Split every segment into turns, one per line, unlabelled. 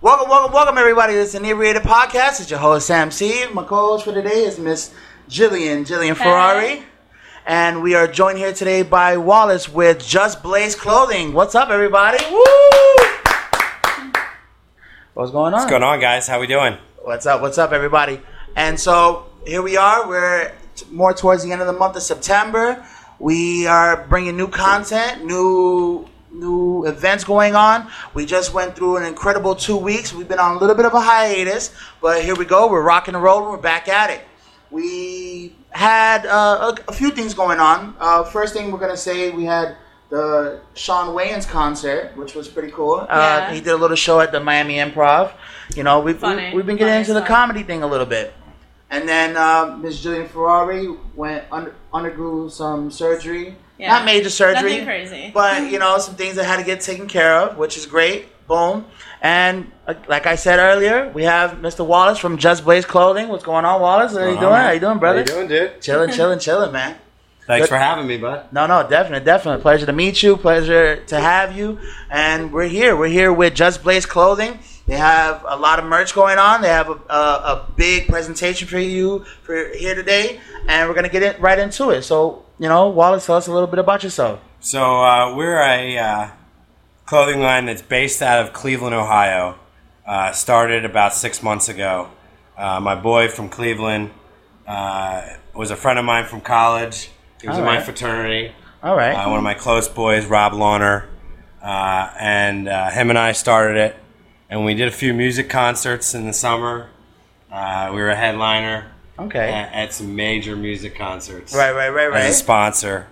Welcome, welcome, welcome, everybody. This is Inebriated Podcast. It's your host, Sam C. My co host for today is Miss Jillian, Jillian Ferrari. And we are joined here today by Wallace with Just Blaze Clothing. What's up, everybody? Woo! What's going on?
What's going on, guys? How we doing?
What's up? What's up, everybody? And so here we are. We're t- more towards the end of the month of September. We are bringing new content, new new events going on. We just went through an incredible two weeks. We've been on a little bit of a hiatus, but here we go. We're rocking and rolling. We're back at it. We had uh, a, a few things going on. Uh, first thing we're gonna say, we had the Sean Wayans concert, which was pretty cool. Uh,
Yeah.
he did a little show at the Miami Improv. You know, we've
Funny.
we, have been getting
Funny
into the
stuff.
comedy thing a little bit. And then uh, Ms. Julian Ferrari went under, undergo some surgery,
Yeah.
not major surgery,
Nothing crazy.
but you know some things that had to get taken care of, which is great. Boom. And uh, like I said earlier, we have Mr. Wallace from Just Blaze Clothing. What's going on, Wallace? How you doing?
going on,
Uh-huh. How you doing, brother?
doing, dude?
Chilling, chilling, chilling, man.
Thanks
Good.
for having me, bud.
No, no, definitely, definitely. Pleasure to meet you. Pleasure to have you. And we're here. We're here with Just Blaze Clothing. They have a lot of merch going on. They have a, a, a big presentation for you for here today, and we're gonna get it right into it. So, you know, Wallace, tell us a little bit about yourself.
So uh, we're a uh, clothing line that's based out of Cleveland, Ohio. Uh, started about six months ago. Uh, my boy from Cleveland uh, was a friend of mine from college. He was in my
Alright.
fraternity.
All right.
Uh, one of my close boys, Rob Lawner, uh, and uh, him and I started it. And we did a few music concerts in the summer. Uh, we were a headliner
okay.
at, at some major music concerts.
Right, right, right,
as a
right.
sponsor.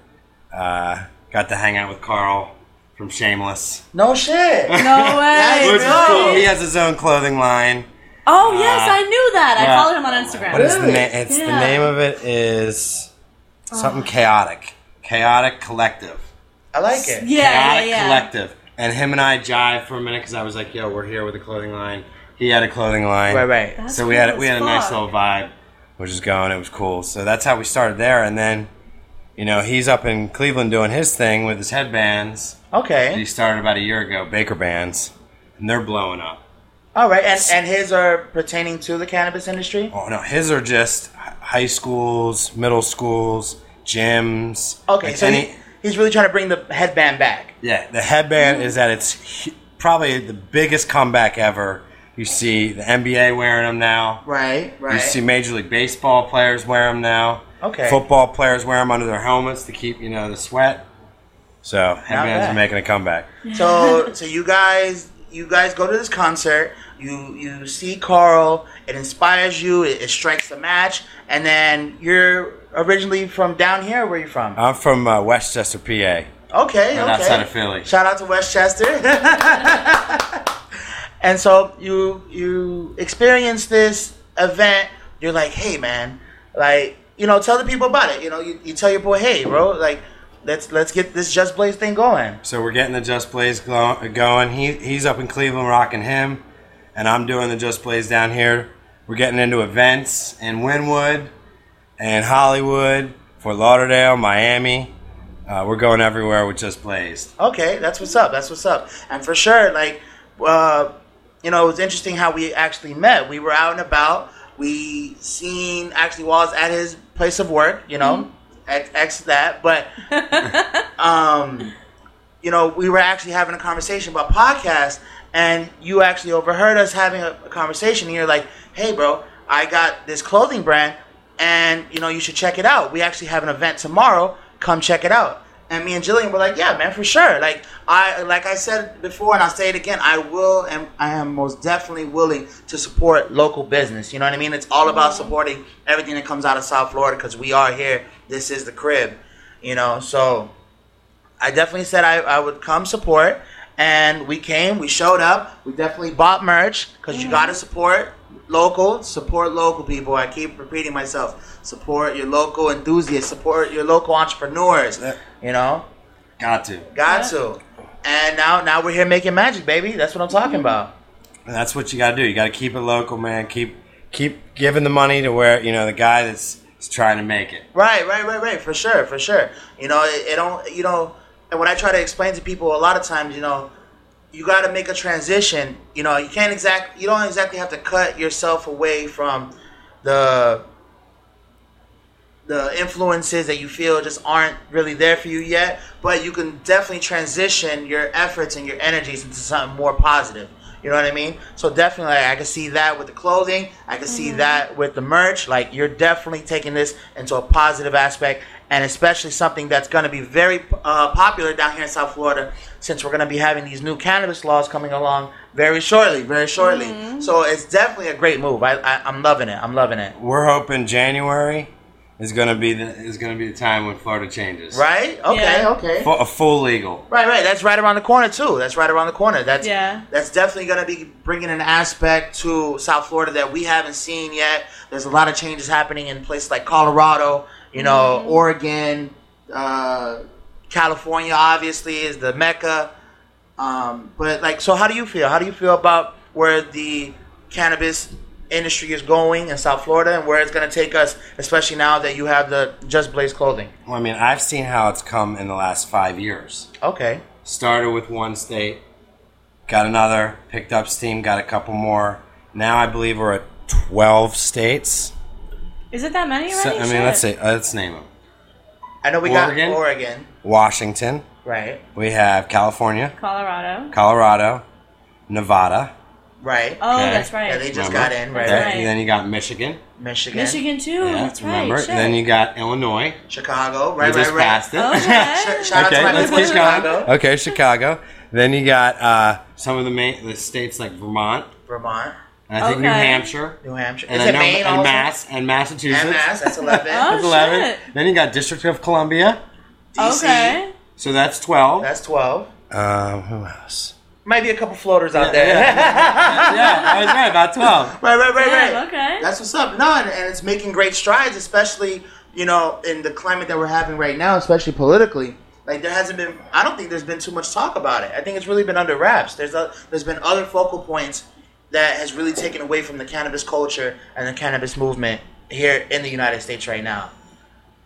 Uh, got to hang out with Carl from Shameless.
No shit.
no way.
Which is
really?
cool.
He has his own clothing line.
Oh yes,
Uh,
I knew that. I
yeah.
followed him on Instagram.
But it's the,
Really?
na- it's the
Yeah.
name of it is
Uh-huh.
something chaotic. Chaotic Collective.
I like it.
yeah, yeah,
chaotic
yeah.
Collective. And him and I jive for a minute because I was like, "Yo, we're here with a clothing line." He had a clothing line.
Right, right.
That's
so we
cool
had we
as
had a nice
fuck.
little vibe, which is going. It was cool. So that's how we started there, and then, you know, he's up in Cleveland doing his thing with his headbands. that He
Okay.
started about a year ago, Baker Bands, and they're blowing up.
All right. And and his are pertaining to the cannabis industry.
Oh no, his are just hi- high schools, middle schools, gyms.
Okay.
like
so
any-
he, he's really trying to bring the headband back.
yeah, the headband is at its hu- probably the biggest comeback ever. You see the NBA wearing them now.
Right. Right.
You see Major League Baseball players wear them now.
Okay.
Football players wear them under their helmets to keep you know the sweat. So headbands
bad.
are making a comeback.
So so you guys you guys go to this concert, you you see Carl, it inspires you, it, it strikes a match, and then you're originally from down here, where are you from?
I'm from uh, Westchester, PA, right
okay, okay.
outside of Philly.
Shout out to Westchester. and so you you experience this event. You're like, hey man, like you know, tell the people about it. You know, you, you tell your boy, hey bro, like let's let's get this Just Blaze thing going.
So we're getting the Just Blaze glo- going. He he's up in Cleveland rocking him, and I'm doing the Just Blaze down here. We're getting into events in Wynwood and Hollywood, Fort Lauderdale, Miami. Uh, we're going everywhere with Just Blaze.
Okay, that's what's up. That's what's up. And for sure, like, uh, you know, it was interesting how we actually met. We were out and about. We seen actually Wallace at his place of work. You know, ex, ex that. But, um, you know, we were actually having a conversation about podcasts, and you actually overheard us having a, a conversation. And you're like, "Hey, bro, I got this clothing brand, and you know, you should check it out. We actually have an event tomorrow. Come check it out." And me and Jillian were like, "Yeah, man, for sure." Like I, like I said before, and I'll say it again. I will, and I am most definitely willing to support local business. You know what I mean? It's all about supporting everything that comes out of South Florida because we are here. This is the crib, you know. So I definitely said I, I would come support, and we came. We showed up. We definitely bought merch because you got to support local. Support local people. I keep repeating myself. Support your local enthusiasts. Support your local entrepreneurs.
Yeah.
You know,
Got to.
got
Yeah.
to. And now, now we're here making magic, baby. That's what I'm talking about.
And that's what you got to do. You got to keep it local, man. Keep keep giving the money to where you know the guy that's, that's trying to make it.
Right, right, right, right. For sure, for sure. You know, it, it don't. You know, and what I try to explain to people a lot of times, you know, you got to make a transition. You know, you can't exact. You don't exactly have to cut yourself away from the the influences that you feel just aren't really there for you yet. But you can definitely transition your efforts and your energies into something more positive. You know what I mean? So definitely, like, I can see that with the clothing. I can see that with the merch. Like you're definitely taking this into a positive aspect, and especially something that's going to be very uh, popular down here in South Florida, since we're going to be having these new cannabis laws coming along very shortly, very shortly. So it's definitely a great move. I, I I'm loving it. I'm loving it.
We're hoping January is gonna be the is gonna be the time when Florida changes.
Right? Okay.
Yeah.
Okay.
Fu- a full legal.
Right, right. That's right around the corner too. That's right around the corner. That's
Yeah.
That's definitely going to be bringing an aspect to South Florida that we haven't seen yet. There's a lot of changes happening in places like Colorado, you know, Oregon, uh, California. Obviously, is the mecca. Um, but like, so how do you feel? How do you feel about where the cannabis industry is going in South Florida and where it's going to take us, especially now that you have the Just Blaze clothing?
Well, I mean, I've seen how it's come in the last five years.
Okay.
Started with one state, got another, picked up steam, got a couple more. Now I believe we're at twelve states.
Is it that many
So,
already?
I mean,
Shit.
let's see. Uh, let's name them.
I know we
Oregon?
got Oregon,
Washington.
right?
We have California,
Colorado.
Colorado, Nevada.
Right.
Oh,
Okay.
that's right.
Yeah, they just
Remember?
got in, right?
That's
right.
right.
Then you got Michigan.
Michigan,
Michigan too.
Yeah,
that's right.
remember?
Shit.
Then you got Illinois.
Chicago,
We
right,
just
right, right.
passed it.
Okay.
Sh- shout out to
okay,
my
let's
people
keep
in
going. Oh.
Chicago,
Okay, Chicago. Then you got uh, some of the main the states like Vermont,
Vermont,
and I think New
Okay.
Hampshire,
New Hampshire.
and
Is
I
it
know-
Maine
and
also?
Mass and Massachusetts.
And Mass, that's 11.
Oh.
That's eleven.
shit.
Then you got District of Columbia,
DC,
okay.
so that's twelve.
That's 12.
um, who else?
Might be a couple floaters out there.
yeah, I was right about twelve.
right, right, right,
Damn,
right.
okay.
That's what's up. No, and, and it's making great strides, especially, you know, in the climate that we're having right now, especially politically. Like there hasn't been I don't think there's been too much talk about it. I think it's really been under wraps. There's a, there's been other focal points that has really taken away from the cannabis culture and the cannabis movement here in the United States right now.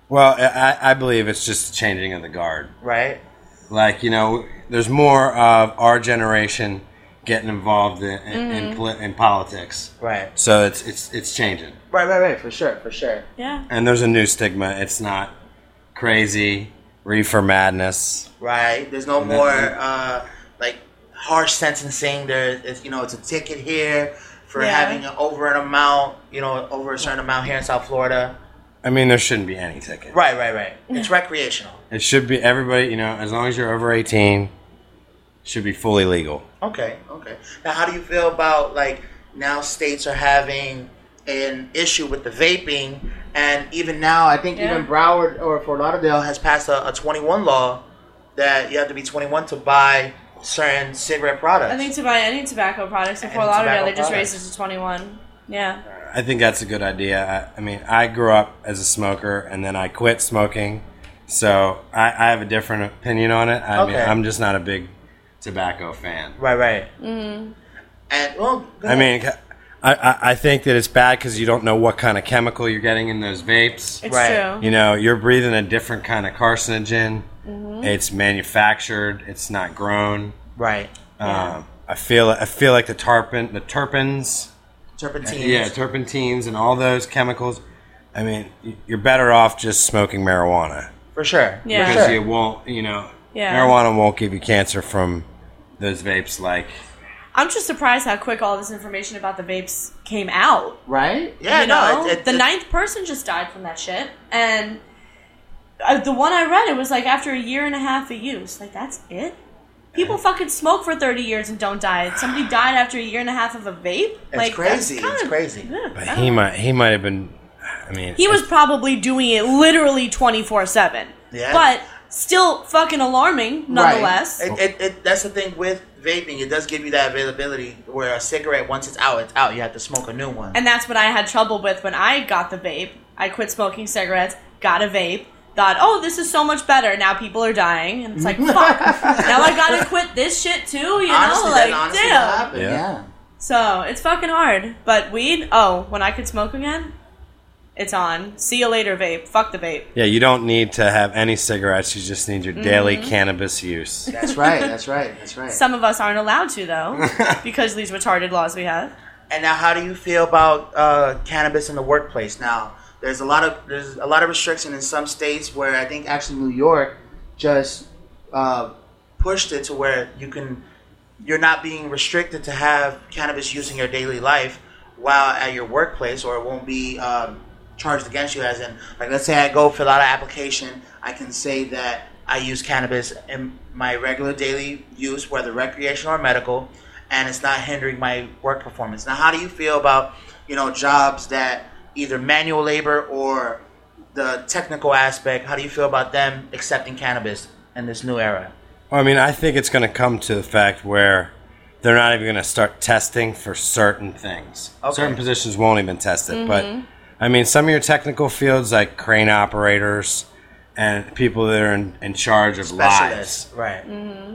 Well, I, I believe it's just the changing of the guard.
Right?
like you know there's more of our generation getting involved in, in,
Mm-hmm.
in, poli- in politics
Right.
so it's it's it's changing
Right, right, right, for sure, for sure.
Yeah.
and there's a new stigma it's not crazy reefer madness
Right. There's no
that-
more uh, like harsh sentencing. There is you know, it's a ticket here for
Yeah.
having an over an amount, you know, over a certain amount here in South Florida.
i mean there shouldn't be any ticket
Right, right, right. It's recreational.
it should be everybody you know as long as you're over 18 it should be fully legal
Okay, okay. Now how do you feel about like now states are having an issue with the vaping and even now I think
Yeah.
even Broward or Fort Lauderdale has passed a, a twenty one law that you have to be twenty one to buy certain cigarette products.
I think to buy any tobacco products in
Any
Fort Lauderdale,
tobacco
they just
products.
raised it to 21. Yeah.
i think that's a good idea I, I mean i grew up as a smoker and then i quit smoking so i, I have a different opinion on it i mean
Okay.
i'm just not a big tobacco fan
Right, right. Mm. And well, go
I
ahead.
mean, I, I, I think that it's bad because you don't know what kind of chemical you're getting in those vapes.
It's
Right.
true.
You know, you're breathing a different kind of carcinogen.
Mm-hmm.
It's manufactured. It's not grown.
right,
Um, I feel I feel like the tarpin, the terpenes,
turpentine.
yeah, terpentines, and all those chemicals. I mean, y- you're better off just smoking marijuana
for sure.
Yeah.
for
because
sure.
you won't. You know,
Yeah.
marijuana won't give you cancer from those vapes. Like,
I'm just surprised how quick all this information about the vapes came out.
right. Yeah,
you
no,
know,
it, it,
the
it-
ninth person just died from that shit, and uh, the one I read it was like after a year and a half of use. Like that's it. People fucking smoke for thirty years and don't die. Somebody died after a year and a half of a vape.
It's
like
crazy.
that's
It's
kinda-
crazy.
yeah,
but
I
he
don't-
might he might have been. I mean,
Oh. he was probably doing it literally twenty four seven.
Yeah.
But still fucking alarming nonetheless.
Right. It, it, it, that's the thing with vaping. It does give you that availability where a cigarette once it's out, it's out. You have to smoke a new one.
And that's what I had trouble with when I got the vape. I quit smoking cigarettes, got a vape, thought, oh, this is so much better. Now people are dying. And it's like, fuck. now I gotta quit this shit too, you
honestly,
know? Like,
that honestly what
damn.
happened.
Yeah.
Yeah.
So it's fucking hard. But weed, oh, when I could smoke again, It's on. See you later, vape. Fuck the vape.
Yeah, you don't need to have any cigarettes. You just need your daily
Mm-hmm.
cannabis use.
That's right. That's right. That's right.
Some of us aren't allowed to though, because of these retarded laws we have.
And now, how do you feel about uh, cannabis in the workplace? Now, there's a lot of there's a lot of restriction in some states where I think actually New York just uh, pushed it to where you can you're not being restricted to have cannabis use in your daily life while at your workplace, or it won't be um, charged against you. As in, like let's say I go fill out an application, I can say that I use cannabis in my regular daily use, whether recreational or medical and it's not hindering my work performance. Now, how do you feel about you know jobs that either manual labor or the technical aspect? How do you feel about them accepting cannabis in this new era?
Well, I mean, I think it's going to come to the fact where they're not even going to start testing for certain things.
Okay. Mm-hmm.
Certain positions won't even test it. But I mean, some of your technical fields, like crane operators and people that are in, in charge of lives,
Specialists, right?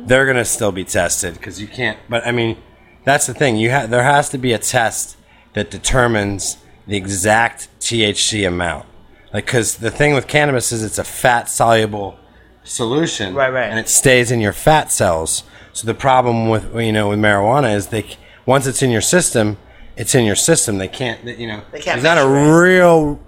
they're gonna still be tested because you can't. But I mean, that's the thing. You ha- there has to be a test that determines the exact THC amount. Like, because the thing with cannabis is it's a fat soluble solution,
Right, right.
and it stays in your fat cells. So the problem with you know with marijuana is they c- once it's in your system, it's in your system. They can't they, you know.
They can't
there's not a
measure it.
real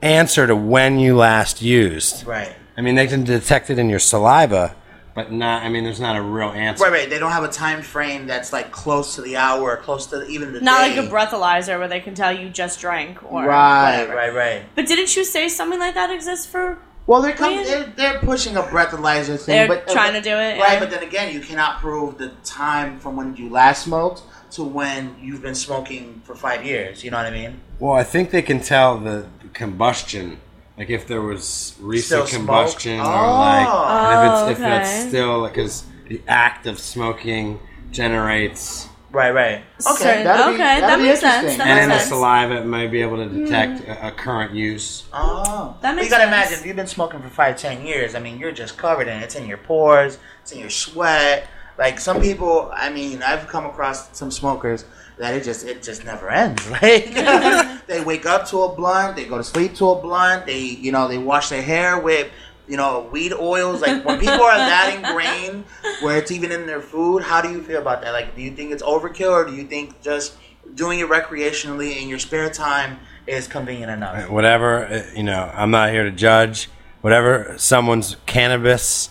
answer to when you last used.
Right.
I mean, they can detect it in your saliva, but not. I mean, there's not a real answer.
Right, right. They don't have a time frame that's like close to the hour, or close to even the
Not
day.
like a breathalyzer where they can tell you just drank or
Right,
whatever.
right, right.
But didn't you say something like that exists for?
Well, they're coming.
Man.
They're, they're pushing a breathalyzer thing.
They're
but, uh,
trying to do it,
right?
yeah.
But then again, you cannot prove the time from when you last smoked to when you've been smoking for five years. You know what I mean?
Well, I think they can tell the combustion, like if there was
Still
recent
smoke?
combustion or
Oh.
like and if it's
Oh,
if
Okay.
it's still because the act of smoking generates,
Right, right. Okay,
Certain-
that'll be-
okay,
that'll
that
be
makes sense,
interesting.
that
and
makes
in the
sense.
saliva, it might be able to detect a, a current use.
Oh,
That
But
makes
you gotta
sense.
imagine if you've been smoking for five, ten years. I mean, you're just covered in it. It's in your pores. It's in your sweat. Like some people, I mean, I've come across some smokers that it just it just never ends. Like they wake up to a blunt, they go to sleep to a blunt. They you know they wash their hair with you know weed oils. Like when people are that ingrained where it's even in their food, how do you feel about that? Like, do you think it's overkill, or do you think just doing it recreationally in your spare time is convenient enough?
whatever uh, you know i'm not here to judge whatever someone's cannabis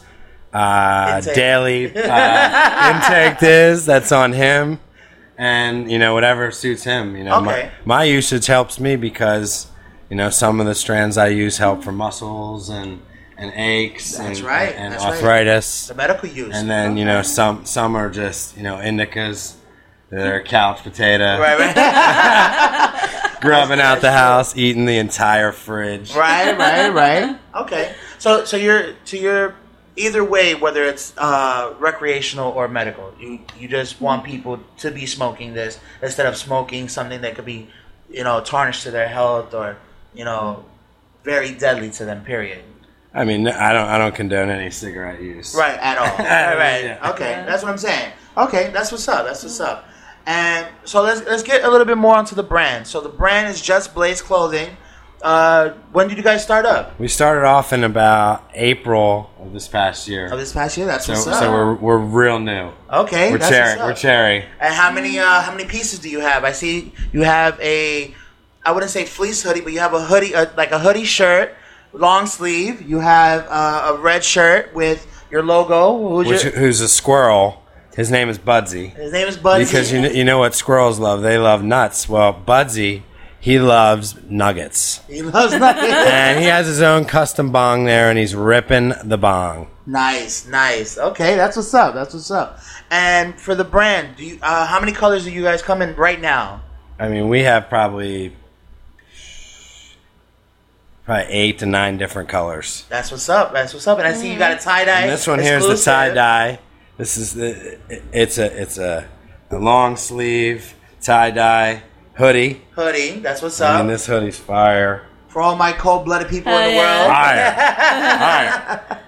uh,
Intake.
daily uh, intake is that's on him and you know whatever suits him you know
Okay.
my, my usage helps me because you know some of the strands i use help for muscles and and aches
That's
and,
right,
and
that's right.
arthritis
The medical use.
and then you know some some are just you know indicas they're couch potato
right, right,
grubbing out the house eating the entire fridge
right, right, right. Okay. So, so you're to your either way, whether it's uh, recreational or medical, you you just want people to be smoking this instead of smoking something that could be, you know, tarnished to their health or you know,
Mm-hmm.
very deadly to them. Period.
I mean, I don't, I don't condone any cigarette use.
Right, at all. right, right.
Yeah.
Okay, that's what I'm saying. Okay, that's what's up. That's what's up. And so let's let's get a little bit more onto the brand. So the brand is Just Blaze Clothing. Uh, when did you guys start up?
We started off in about April of this past year,
Of Oh, this past year, that's
so,
what's up.
so we're we're real new.
okay,
We're
that's
cherry.
what's up.
We're cherry.
And how many uh, how many pieces do you have? I see you have a I wouldn't say fleece hoodie, but you have a hoodie a, like a hoodie shirt, long sleeve. You have uh, a red shirt with your logo. Who's
Which,
your-
who's a squirrel? His name is Budsy.
his name is Bugsy.
Because you kn- you know what squirrels love? They love nuts. Well, Budsy, he loves nuggets,
he loves nothing.
and he has his own custom bong there, and he's ripping the bong.
Nice, nice. Okay, that's what's up. That's what's up. And for the brand, do you, uh, how many colors are you guys coming right now?
I mean, we have probably probably eight to nine different colors.
That's what's up. That's what's up. And I see you got a tie dye.
And this one here is the tie dye. This is the it's a it's a, a long sleeve tie dye hoodie.
hoodie. That's what's
I
up.
mean, this hoodie's fire.
for all my cold blooded people in
Hell
the
yeah.
world.
Fire. fire.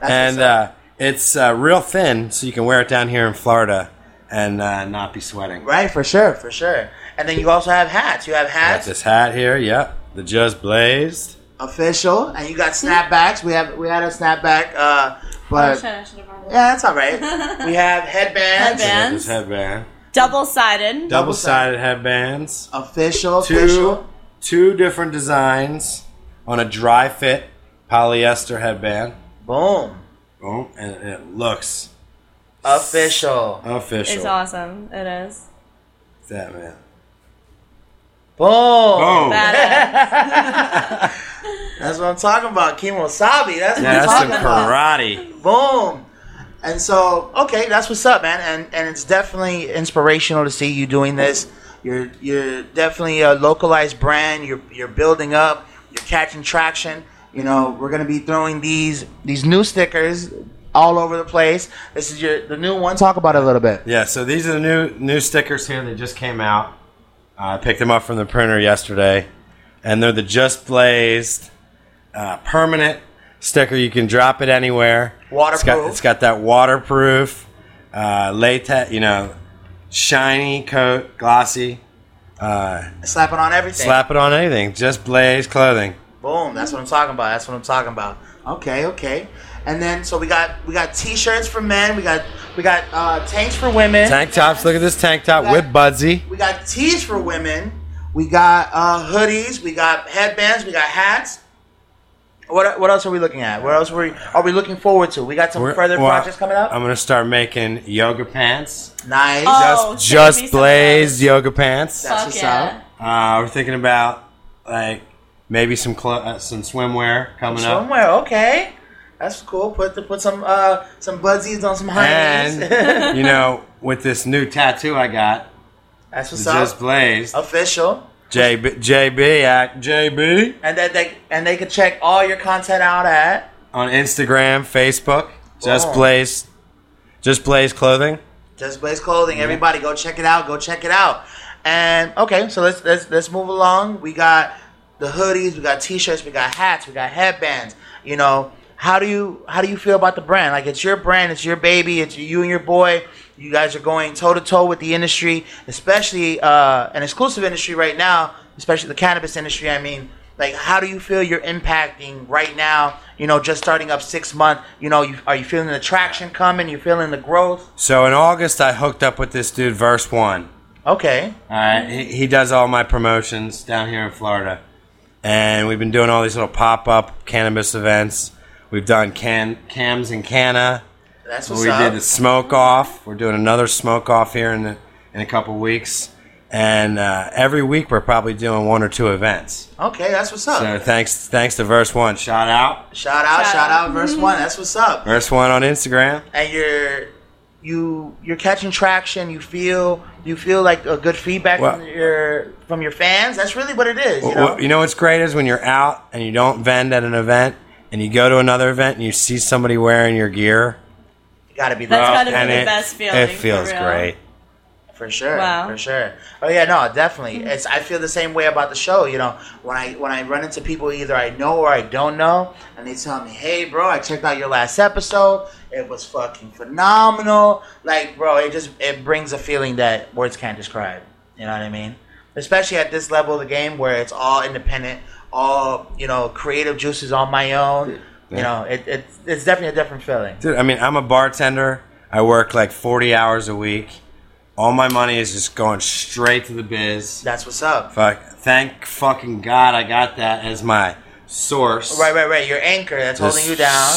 That's
And
what's up.
uh, it's uh, real thin, so you can wear it down here in Florida and uh, not be sweating.
right, for sure, for sure. And then you also have hats. You have
Got
hats.
this hat here. Yep. The Just Blazed.
official, and you got snapbacks. We have we had a snapback, uh,
I
but
should- I should have brought it.
yeah, that's all right. We have headbands,
I got
Headbands.
This headband.
Double sided.
Double sided headbands.
official,
two
official.
two different designs on a dry fit polyester headband.
Boom,
Boom, and it looks
official.
official.
It's awesome. It is.
That man.
Boom.
Boom.
Badass.
That's what I'm talking about. Kimosabi. That's what
Yeah,
I'm
that's some
talking about.
karate.
Boom. And so, okay, that's what's up, man. And and it's definitely inspirational to see you doing this. You're you're definitely a localized brand. You're you're building up. You're catching traction. You know, we're gonna be throwing these these new stickers all over the place. This is your the new one. Talk about it a little bit.
Yeah, so these are the new new stickers here. They just came out. I picked them up from the printer yesterday, and they're the just blazed uh, permanent sticker. You can drop it anywhere. It's got,
Waterproof.
it's got that waterproof uh, latex, you know, shiny coat, glossy. Uh,
Slap it on everything.
Slap it on anything. Just blaze clothing.
Boom. That's what I'm talking about. That's what I'm talking about. Okay, okay. And then so we got we got t-shirts for men. We got we got uh, tanks for women.
Tank tops. Look at this tank top with Budsy.
We got tees for women. We got uh, hoodies. We got headbands. We got hats. What, what else are we looking at? What else are we, are we looking forward to? We got some
We're-
further
well,
projects coming up.
I'm gonna start making yoga pants.
nice.
Oh,
Just,
it's gonna be
just
something
blazed
else.
yoga pants.
That's
Fuck
what's
yeah.
Uh, we're thinking about like maybe some clo- uh, some swimwear coming up.
Somewhere, okay. That's cool. Put the, put some uh some budsies on some honeys.
And you know, with this new tattoo I got,
That's what's
the
up. Oh.
just blazed.
Official.
JB, JB at JB
And that they and they could check all your content out at
on Instagram, Facebook. Just
Wow.
blaze, just blaze clothing.
Just Blaze Clothing. Everybody, go check it out. Go check it out. And okay, so let's let's let's move along. We got the hoodies, we got t-shirts, we got hats, we got headbands. You know, how do you how do you feel about the brand? Like it's your brand, it's your baby, it's you and your boy. You guys are going toe to toe with the industry, especially uh, an exclusive industry right now, especially the cannabis industry. I mean, like how do you feel you're impacting right now? You know, just starting up six months. You know, you, are you feeling the traction coming? You feeling the growth?
So in August, I hooked up with this dude, Verse One.
Okay.
All right, Uh, he, he does all my promotions down here in Florida, and we've been doing all these little pop up cannabis events. We've done can cams in Canna.
That's what's
We
up.
did the smoke off. We're doing another smoke off here in the, in a couple weeks, and uh, every week we're probably doing one or two events.
Okay, that's what's up.
So thanks thanks to Verse One. Shout out
Shout out,
Shout
shout
out. Mm-hmm.
out, verse one. That's what's up.
Verse One on Instagram.
And you're you you're catching traction. You feel you feel like a good feedback from
Well-
your from your fans. That's really what it is. You
Well,
know.
well, you know what's great is when you're out and you don't vend at an event, and you go to another event and you see somebody wearing your gear.
You gotta be
That's
there.
gotta be the best feeling,
It
for
feels
real.
great.
For sure,
Wow.
for sure. Oh yeah, no, definitely. It's I feel the same way about the show. You know, when I when I run into people either I know or I don't know, and they tell me, "Hey, bro, I checked out your last episode. It was fucking phenomenal." Like, bro, it just it brings a feeling that words can't describe. You know what I mean? Especially at this level of the game where it's all independent, all you know, creative juices on my own. You
Yeah.
know, it, it it's definitely a different feeling.
Dude, I mean, I'm a bartender. I work like 40 hours a week. All my money is just going straight to the biz.
That's what's up.
Fuck. Thank fucking God I got that as my source.
Right, right, right. Your anchor that's
Just
holding you down.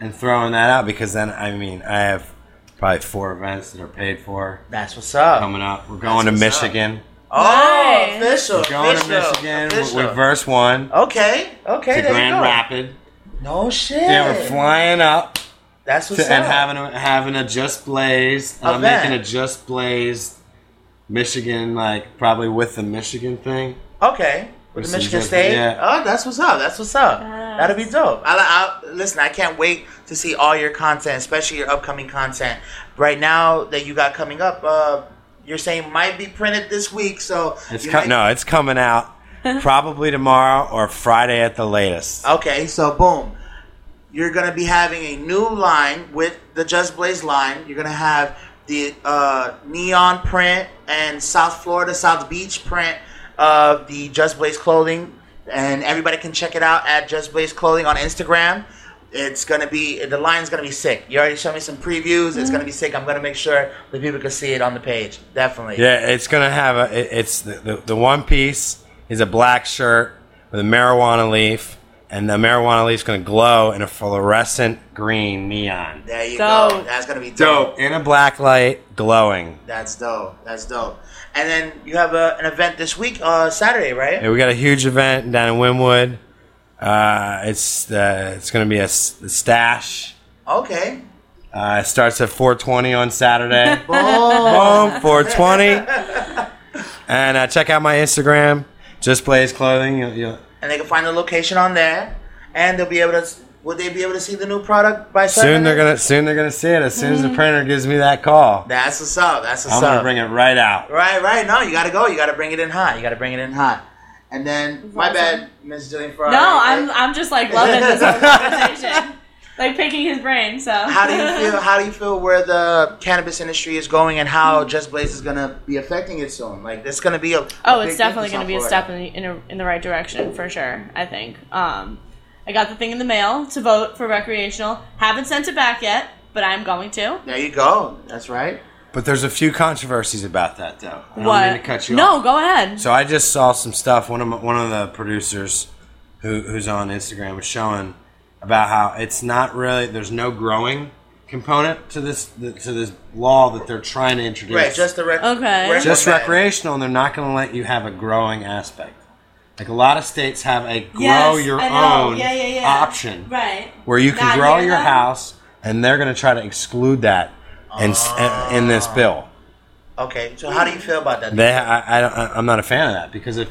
And throwing that out because then, I mean, I have probably four events that are paid for
That's what's up.
coming up. We're going to
That's what's up.
Michigan.
Oh,
Nice.
official.
We're going to
official,
Michigan with,
official.
with Verse 1
okay, okay,
to
there
Grand
you go.
Rapid.
No shit.
Yeah, we're flying up.
That's
to,
what's
and
up.
having a having a just blaze. I'm
Event.
making a just blaze Michigan, like probably with the Michigan thing.
okay. With
With
the
some
Michigan
different-
State.
yeah.
Oh, that's what's up. That's what's up.
Yes.
That'll be dope. I, I, listen, I can't wait to see all your content, especially your upcoming content. Right now that you got coming up, uh, you're saying might be printed this week, so
It's
you
co-
might-
no, it's coming out probably tomorrow or Friday at the latest.
Okay, so boom. You're gonna be having a new line with the Just Blaze line. You're gonna have the uh, neon print and South Florida, South Beach print of the Just Blaze clothing. and everybody can check it out at Just Blaze Clothing on Instagram. It's gonna be the line's gonna be sick. You already showed me some previews. It's gonna be sick. I'm gonna make sure the people can see it on the page. Definitely.
Yeah, it's gonna have a. it- It's the, the the one piece is a black shirt with a marijuana leaf, and the marijuana leaf's gonna glow in a fluorescent green neon.
There you go.
Dope.
That's gonna be dope.
Dope in a black light, glowing.
That's dope. That's dope. And then you have a, an event this week, uh, Saturday, right?
Yeah, we got a huge event down in Wynwood. Uh, it's uh, it's gonna be a s- the stash.
Okay.
Uh, it starts at 4:20 on Saturday.
Oh,
Boom, 4:20. And uh, check out my Instagram, Just Blaze Clothing. You'll, you'll,
and they can find the location on there, and they'll be able to. Would they be able to see the new product by Saturday?
Soon they're gonna soon they're gonna see it. As soon as the printer gives me that call,
That's what's up. That's what's
I'm
up.
gonna bring it right out.
Right, right. No, you gotta go. You gotta bring it in hot. You gotta bring it in hot. And then, my bad, Miss Jillian Ferrari.
No, I'm I'm just like loving this whole conversation, like picking his brain. So
How do you feel? How do you feel where the cannabis industry is going, and how
Mm.
Just Blaze is gonna be affecting it soon? Like, it's gonna be a. a
Oh,
big
it's definitely going to be a
difference
step in the, in, a, in the right direction for sure. I think. Um, I got the thing in the mail to vote for recreational. Haven't sent it back yet, but I'm going to.
There you go. That's right.
But there's a few controversies about that, though. I don't mean to cut you
no,
off.
go ahead.
So I just saw some stuff. One of my, one of the producers, who, who's on Instagram, was showing about how it's not really there's no growing component to this to this law that they're trying to introduce.
Right, just the rec-
Okay.
rec-
just
rec-
recreational, and they're not going to let you have a growing aspect. Like a lot of states have a grow
Yes,
your
I know.
own
Yeah, yeah, yeah.
option,
Right.
Where you can
Not
grow
here,
your
though.
house, and they're going to try to exclude that in, s- in, in this bill.
Okay, so how do you feel about that?
They, I, I don't, I- I'm not a fan of that because if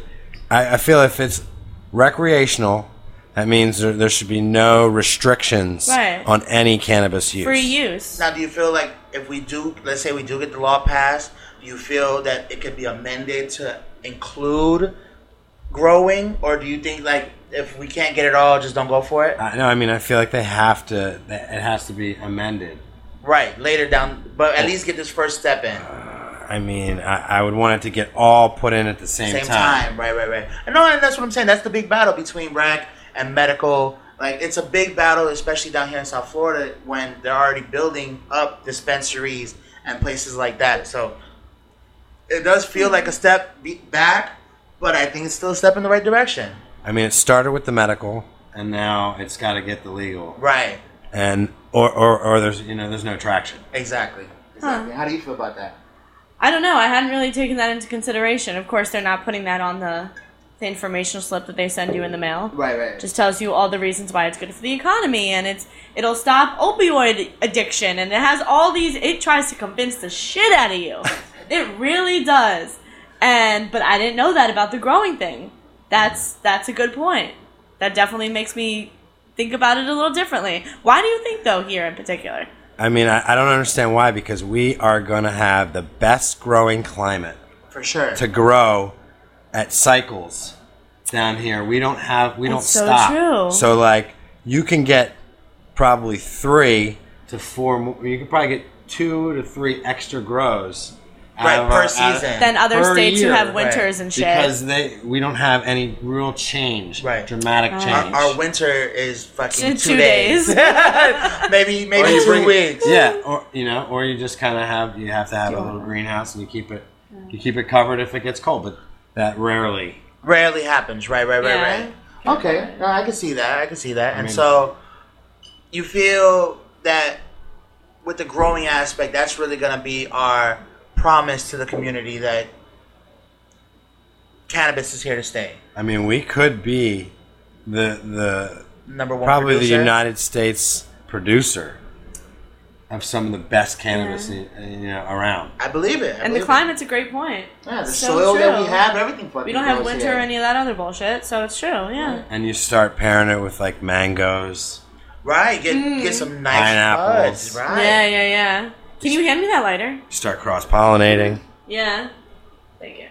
I, I feel if it's recreational, that means there, there should be no restrictions
Right.
on any cannabis use.
Free use.
Now, do you feel like if we do, let's say we do get the law passed, do you feel that it could be amended to include growing, or do you think like if we can't get it all, just don't go for it?
I, no, I mean I feel like they have to. that It has to be amended.
Right later down, but at least get this first step in.
I mean, I, I would want it to get all put in at the same,
Same time. right, right, right. And no, and that's what I'm saying. That's the big battle between rec and medical. Like it's a big battle, especially down here in South Florida, when they're already building up dispensaries and places like that. So it does feel like a step be- back, but I think it's still a step in the right direction.
I mean, it started with the medical, and now it's got to get the legal,
Right.
and or, or or there's you know there's no traction.
Exactly. Exactly. How do you feel about that?
I don't know. I hadn't really taken that into consideration. Of course, they're not putting that on the the informational slip that they send you in the mail.
Right, right.
just tells you all the reasons why it's good for the economy and it's it'll stop opioid addiction and it has all these it tries to convince the shit out of you it really does and but i didn't know that about the growing thing that's that's a good point that definitely makes me think about it a little differently why do you think though here in particular
I mean, I, I don't understand why because we are going to have the best growing climate
For sure.
to grow at cycles down here. We don't have we
That's
don't
so
stop.
true.
So like you can get probably three to four. mo- You could probably get two to three extra grows. out
Right,
of
per
our- out of-
season.
than other
Per
states
year,
who have
right.
winters and shit
because they we don't have any real change,
Right.
Dramatic
Right.
change.
our, our winter is fucking
Two
two, days. maybe maybe two weeks.
yeah, or you know, or you just kind of have you have to have a little greenhouse and you keep it you keep it covered if it gets cold, but that rarely.
rarely happens. Right, right, right,
Yeah.
right. Okay, no, I can see that. I can see that. and
mean-
so, you feel that with the growing aspect, that's really going to be our promise to the community that cannabis is here to stay.
I mean, we could be the the
Number one,
probably
producer.
the United States producer of some of the best cannabis uh, you know around.
I believe it. I
and
believe
the
it.
climate's a great point
Yeah, the
So
soil that
true.
we have, everything. Fucking
we don't have
grows
winter
here.
or any of that other bullshit so it's true yeah
And you start pairing it with like mangoes.
Right, get get
Mm.
some nice
Pineapples.
buds. Right.
yeah yeah yeah can you hand me that lighter
You start cross pollinating.
Yeah. Thank you.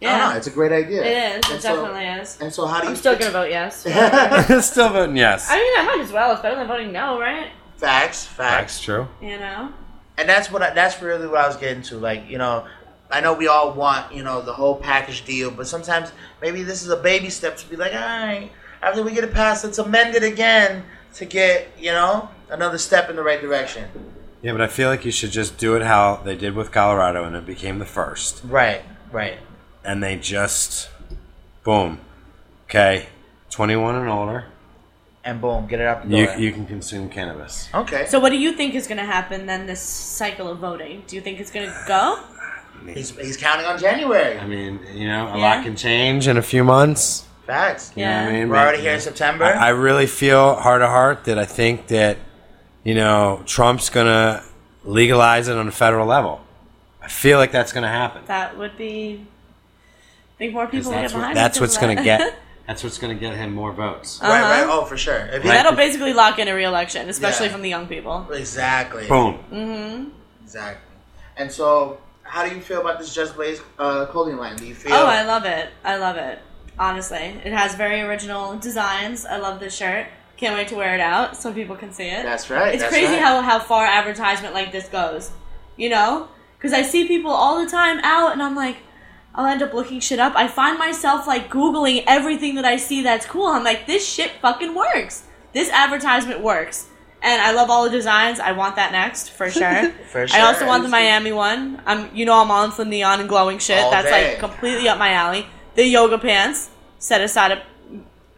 No, no,
Yeah,
it's a great idea.
it is. It
And so-
definitely is.
And so, how do you?
I'm still
fix-
gonna vote yes. I
Still voting yes.
mean, I might as well. It's better than voting no, right?
facts, facts.
That's true.
You know.
and that's what I, that's really what I was getting to. Like you know, I know we all want, you know, the whole package deal, but sometimes maybe this is a baby step to be like, all right, after we get it passed, let's amend it again to get, you know, another step in the right direction.
Yeah, but I feel like you should just do it how they did with Colorado, and it became the first.
Right, right.
And they just, boom, okay, 21 and older,
And boom, get it out the
you,
door.
you can consume cannabis.
okay.
So what do you think is going to happen then this cycle of voting? Do you think it's going to go?
he's, he's counting on January.
I mean, you know, a
Yeah.
lot can change in a few months.
Facts.
You know what I
Yeah.
mean?
We're already
But-
here in September.
I, I really feel heart to heart that I think that, you know, Trump's going to legalize it on a federal level. I feel like that's going to happen.
That would be. I think more
'Cause
people will get
That's, what,
behind.
that's
it
what's
because
going to
of
get.
that.
That's what's going to get him more votes.
right, right.
Uh-huh.
Oh, for sure. If you-
Right.
That'll basically lock in a re-election, especially
Yeah.
from the young people.
Exactly.
Boom.
Exactly. And so, how do you feel about this Just Blaze uh, clothing line? Do you feel?
Oh, I love it. I love it. Honestly, it has very original designs. I love this shirt. Can't wait to wear it out so people can see it.
That's right,
It's
that's
crazy
right.
how, how far advertisement like this goes. You know? Because I see people all the time out and I'm like, I'll end up looking shit up. I find myself like Googling everything that I see that's cool. I'm like, this shit fucking works. This advertisement works. And I love all the designs. I want that next for sure.
For
I also
sure.
want the Miami one. I'm, you know, I'm on for neon and glowing shit shit.
All
That's
day.
like completely up my alley. The yoga pants set aside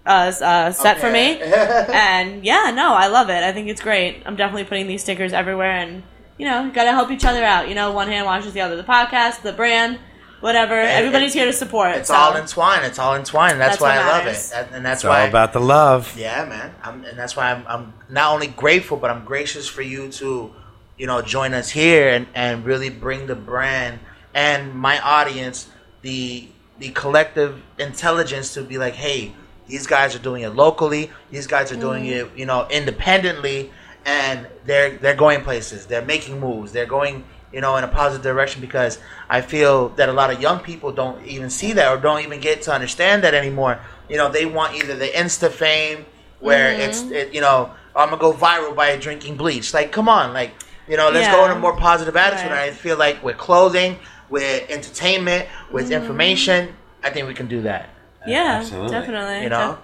a uh, uh, set for me, and yeah, no, I love it. I think it's great. I'm definitely putting these stickers everywhere, and you know, gotta help each other out. You know, one hand washes the other. The podcast, the brand, whatever. Everybody's here to support.
It's
so.
all entwined. It's all entwined. That's,
That's
why
what
I love it.
matters.
That- and that's
It's
why.
all about the love.
yeah, man. I'm, and that's why I'm, I'm not only grateful, but I'm gracious for you to, you know, join us here and, and really bring the brand and my audience the the collective intelligence to be like, hey, these guys are doing it locally. These guys are doing it, you know, independently, and they're they're going places. They're making moves. They're going, you know, in a positive direction because I feel that a lot of young people don't even see that or don't even get to understand that anymore. You know, they want either the insta fame where
Mm-hmm.
it's it, you know I'm gonna go viral by drinking bleach. Like, come on, like you know, let's go in a
Yeah.
more positive attitude.
Right.
And I feel like with clothing, with entertainment, with
Mm-hmm.
information, I think we can do that.
yeah,
Absolutely.
definitely.
You know,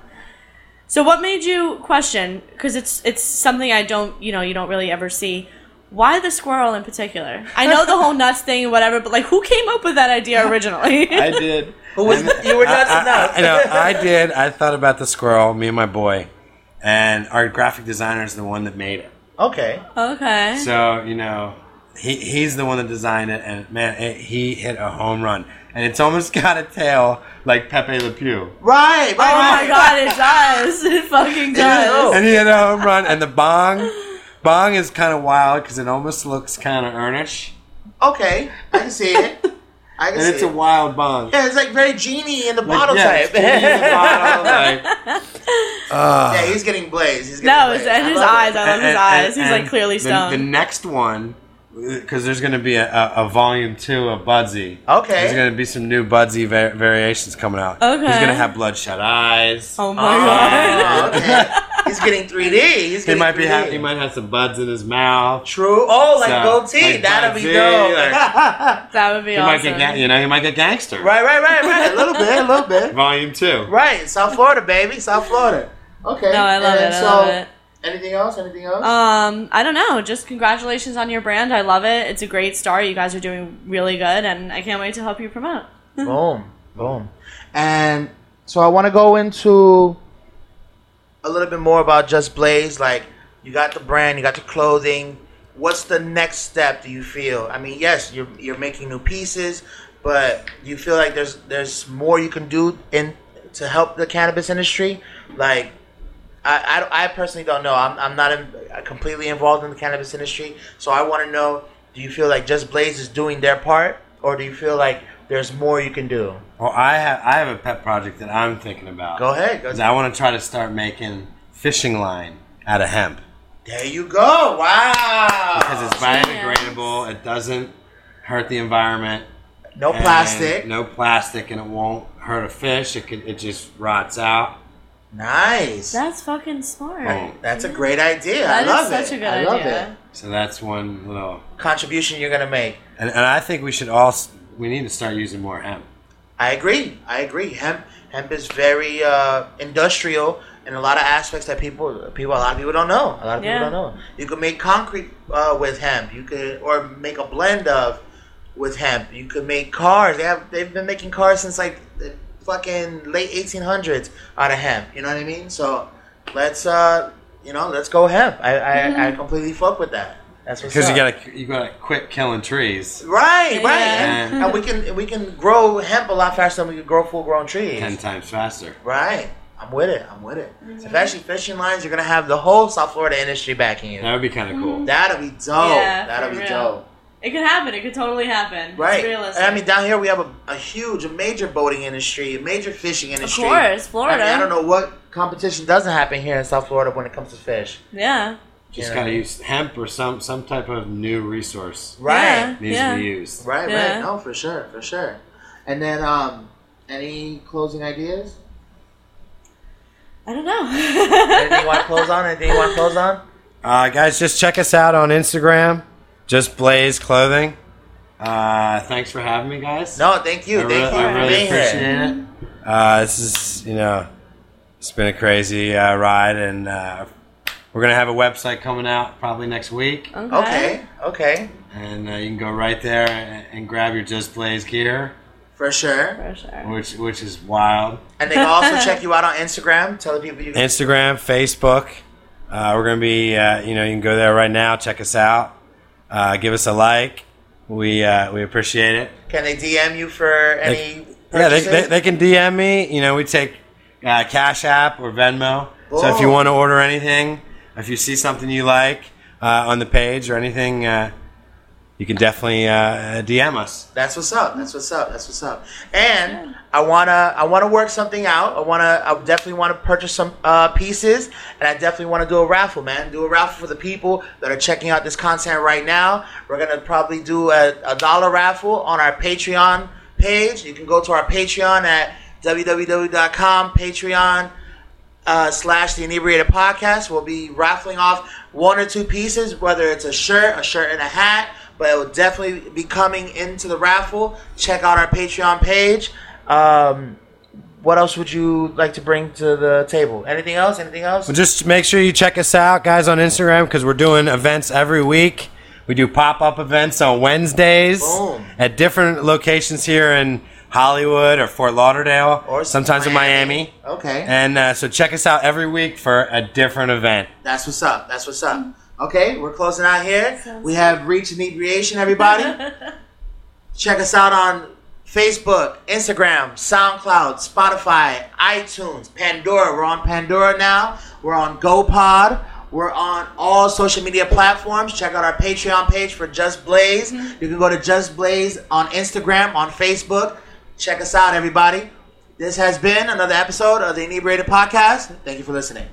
So what made you question? Because it's it's something I don't you know you don't really ever see. Why the squirrel in particular? I know the whole nuts thing and whatever, but like who came up with that idea originally?
I did.
who was you were nuts
I,
enough?
I, I know, I did. I thought about the squirrel, me and my boy. And our graphic designer is the one that made it.
okay,
okay.
So you know, he, he's the one that designed it, and man, it, he hit a home run. And it's almost got a tail like Pepe Le Pew.
right, right,
oh
right.
my god, it does. It fucking
know.
does.
And he hit a home run, and the bong, bong is kind of wild because it almost looks kind of earnest,
Okay, I can see it. I can
and
see
it's a
it.
wild bong.
yeah, it's like very genie in the bottle
yeah, it's
type.
genie in the bottle, like- Ah.
yeah, he's getting blazed. He's getting
No, it's
blazed.
and
I
his
love it.
eyes. I love his
And-
eyes.
and-
He's like
and
clearly
the-
stoned.
The, next one, because there's going to be a, a, a volume two of Budsy.
Okay.
There's going to be some new Budsy va- variations coming out.
Okay.
He's going to have bloodshot eyes.
oh my god.
Oh, okay. He's getting 3D. He's
He
getting
might be
3D.
ha- he might have some buds in his mouth.
True. Oh, like
So,
gold goatee.
like
That'll be
goatee,
dope.
like-
That would be
Ah. He might
awesome.
get ga- you know he might get gangster.
right, right, right, right. A little bit, a little bit.
Volume two.
Right, South Florida, baby, South Florida. Okay.
No, I love
And
it, I
so,
love it.
anything else? Anything else?
Um, I don't know. Just congratulations on your brand. I love it. It's a great start. You guys are doing really good, and I can't wait to help you promote.
boom, boom. Mm-hmm. And so I want to go into a little bit more about Just Blaze. Like, you got the brand, you got the clothing. What's the next step? Do you feel? I mean, yes, you're you're making new pieces, but do you feel like there's there's more you can do in to help the cannabis industry? Like, I, I, I personally don't know. I'm, I'm not in, completely involved in the cannabis industry, so I want to know: Do you feel like Just Blaze is doing their part, or do you feel like there's more you can do?
Well, I have I have a pet project that I'm thinking about.
Go ahead. Go
'Cause I want to try to start making fishing line out of hemp
There you go.
because
Wow.
it's biodegradable. It doesn't hurt the environment.
No
and
plastic.
No plastic, and it won't hurt a fish. It can, it just rots out.
Nice.
That's fucking smart.
Boom.
That's a great idea.
That
I
is
love it.
such a good
I love
idea.
it.
So that's one little.
Contribution you're gonna make.
And, and I think we should all s- we need to start using more hemp.
I agree. I agree. Hemp hemp is very uh, industrial in a lot of aspects that people people a lot of people don't know. A lot of
Yeah.
people don't know. You can make concrete uh, with hemp. You could or make a blend of with hemp. You could make cars. They have they've been making cars since like the fucking late 1800s out of hemp. You know what I mean? So let's uh you know let's go hemp. I I,
Mm-hmm.
I completely fuck with that. That's what's
Because you
up.
gotta you gotta quit killing trees
Right, right,
Yeah.
and, and we can we can grow hemp a lot faster than we can grow full grown trees.
ten times faster.
Right. I'm with it. I'm with it.
Mm-hmm.
If actually fishing lines, you're gonna have the whole South Florida industry backing you.
That would be kind of cool.
That'll be dope.
Yeah,
That'll
for
be
real.
dope.
It could happen. It could totally happen.
Right.
It's realistic.
And I mean, down here we have a, a huge, a major boating industry, a major fishing industry.
course, Florida.
I, mean, I don't know what competition doesn't happen here in South Florida when it comes to fish.
yeah.
Just
Yeah.
gotta use hemp or some some type of new resource
Right.
needs
Yeah.
to be used.
Right.
Yeah.
Right. No, for sure. For sure. And then, um, any closing ideas?
I don't know.
Anything you want to close on? Anything you want to close on?
Uh, guys, just check us out on Instagram. Just Blaze Clothing. Uh, thanks for having me, guys.
No, thank you.
I
Thank
really,
you
I
for
really
being
appreciate
here.
it. Uh, this is, you know, it's been a crazy uh, ride, and uh, we're gonna have a website coming out probably next week,
Okay. Okay.
and uh, you can go right there and, and grab your Just Blaze gear,
For sure.
For sure.
which which is wild.
And they can also check you out on Instagram. Tell the people you can.
Instagram, Facebook. Uh, we're gonna be, uh, you know, you can go there right now. Check us out. Uh, give us a like. We uh, we appreciate it.
Can they DM you for any?
Yeah, they, they,
purchases?
they can DM me. You know, we take uh, Cash App or Venmo. So if you
Oh.
want to order anything, if you see something you like uh, on the page or anything, uh, you can definitely uh, DM us.
That's what's up. That's what's up. That's what's up. And I wanna, I wanna work something out. I wanna, I definitely wanna purchase some uh, pieces, and I definitely wanna do a raffle, man. Do a raffle for the people that are checking out this content right now. We're gonna probably do a, a dollar raffle on our Patreon page. You can go to our Patreon at www.com Patreon uh, slash the inebriated podcast we'll be raffling off one or two pieces whether it's a shirt a shirt and a hat but it will definitely be coming into the raffle check out our patreon page um, what else would you like to bring to the table anything else anything else
But just make sure you check us out, guys, on Instagram because we're doing events every week. We do pop up events on Wednesdays
Boom.
at different locations here in Hollywood or Fort Lauderdale,
Or
sometimes in Miami.
okay
And uh, so check us out every week for a different event.
That's what's up. That's what's up. Okay, we're closing out here. We have reached inebriation, everybody. Check us out on Facebook, Instagram, SoundCloud, Spotify, iTunes, Pandora. We're on Pandora now. We're on GoPod. We're on all social media platforms. Check out our Patreon page for Just Blaze. You can go to Just Blaze on Instagram, on Facebook. Check us out, everybody. This has been another episode of the Inebriated Podcast. Thank you for listening.